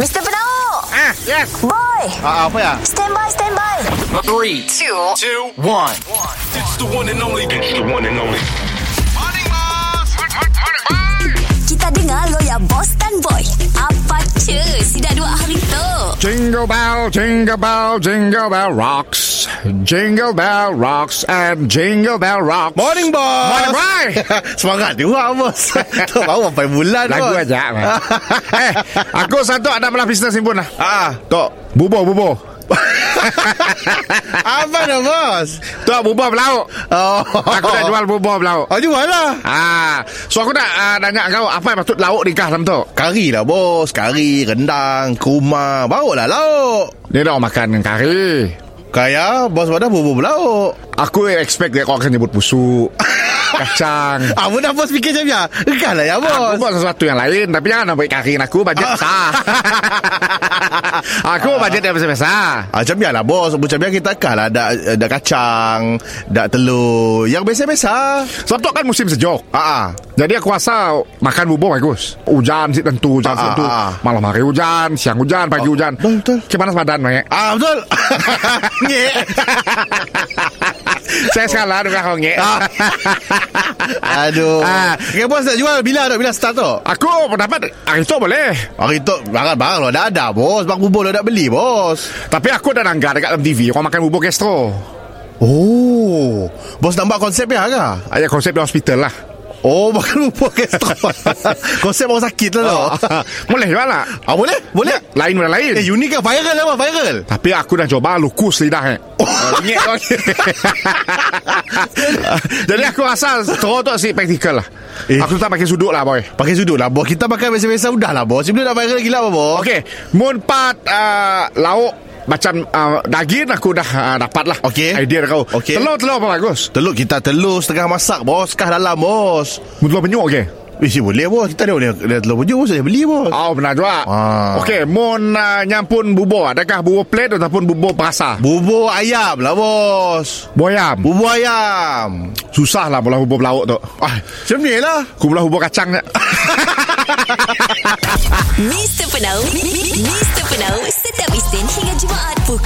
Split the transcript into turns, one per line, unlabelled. Mr. Penau
Ah, yes.
Boy
Ah, apa ya?
Stand by, stand by
Three, two, two, one.
It's the one and only. It's the one and only.
Kita dengar lo ya Boss dan Boy Apa cu Si dah dua hari tu
Jingle bell, jingle bell, jingle bell rocks. Jingle bell rocks and jingle bell rocks.
Morning, boss.
Morning, boy.
Semangat juga, bos. tu baru sampai bulan,
Lagu
bos.
ajak. eh, aku satu ada malah bisnes ni pun lah.
Ah,
Tok, bubur, bubur.
apa dah, bos?
Tok, bubur lah, belauk.
Oh,
Aku nak jual bubur belauk.
Oh, jual lah.
Ah, so aku nak uh, nanya kau apa yang patut lauk nikah dalam tu?
Kari lah, bos. Kari, rendang, kurma. Bawa lah lauk.
Dia dah makan dengan kari.
Kaya, bos pada bubur belauk.
Aku expect dia kau akan nyebut busuk. kacang.
Apa Ah, dah, bos fikir macam ni? Engkau lah ya,
Aku
bos.
buat sesuatu yang lain Tapi jangan nak baik kakin aku Bajet sah Aku bajet yang biasa-biasa
Ah, macam biarlah bos Macam biar kita kah lah Dak, dak kacang Dak telur Yang biasa-biasa
Sebab tu kan musim sejuk
Ah, ah.
Jadi aku rasa Makan bubur bagus Hujan sih tentu Hujan sih
Ah,
tentu
ah, ah.
Malam hari hujan Siang hujan Pagi hujan
betul, betul.
Gimana sepadan Mek?
ah betul Ngek
Saya salah dengan kau Mek.
ah. Aduh ah.
Ah.
Okay bos nak jual Bila nak bila start tu
Aku pendapat Hari itu boleh
Hari tu Barang-barang lo dah ada bos Bang bubur lo dah beli bos
Tapi aku dah nanggar Dekat dalam TV Kau makan bubur gastro
Oh Bos nampak konsep ya ke
Ada konsep di hospital lah
Oh makan bubur kestron Konsep orang sakit lah lo
Oh. Boleh jual lah
Ah boleh Boleh
Lain mana lain
Eh unik kan viral lah bang, viral
Tapi aku dah coba lukus lidah eh. Bengek kau ni. Jadi aku rasa teruk tu si praktikal lah.
Eh.
Aku tak pakai sudut lah boy.
Pakai sudut lah bos Kita pakai biasa-biasa Udah lah bos Sebelum dah viral gila apa bos
Okey, mun pat uh, lauk macam uh, daging aku dah uh, dapat lah
Okey.
Idea dah kau
Okey.
Telur-telur apa bagus?
Telur kita telur setengah masak bos Kah dalam bos
Mun Telur penyuk okey?
Eh si boleh bos Kita ada boleh ada telur pujuk bos Saya beli bos
Oh benar juga
Ah.
Okey Mun uh, nyampun bubur Adakah bubur plate ataupun bubur perasa?
Bubur ayam lah bos
Boyam
Bubur ayam
Susah lah mula bubur belauk tu
Ah, Macam ni lah
eh. Aku mula bubur kacang je
Mr. Penau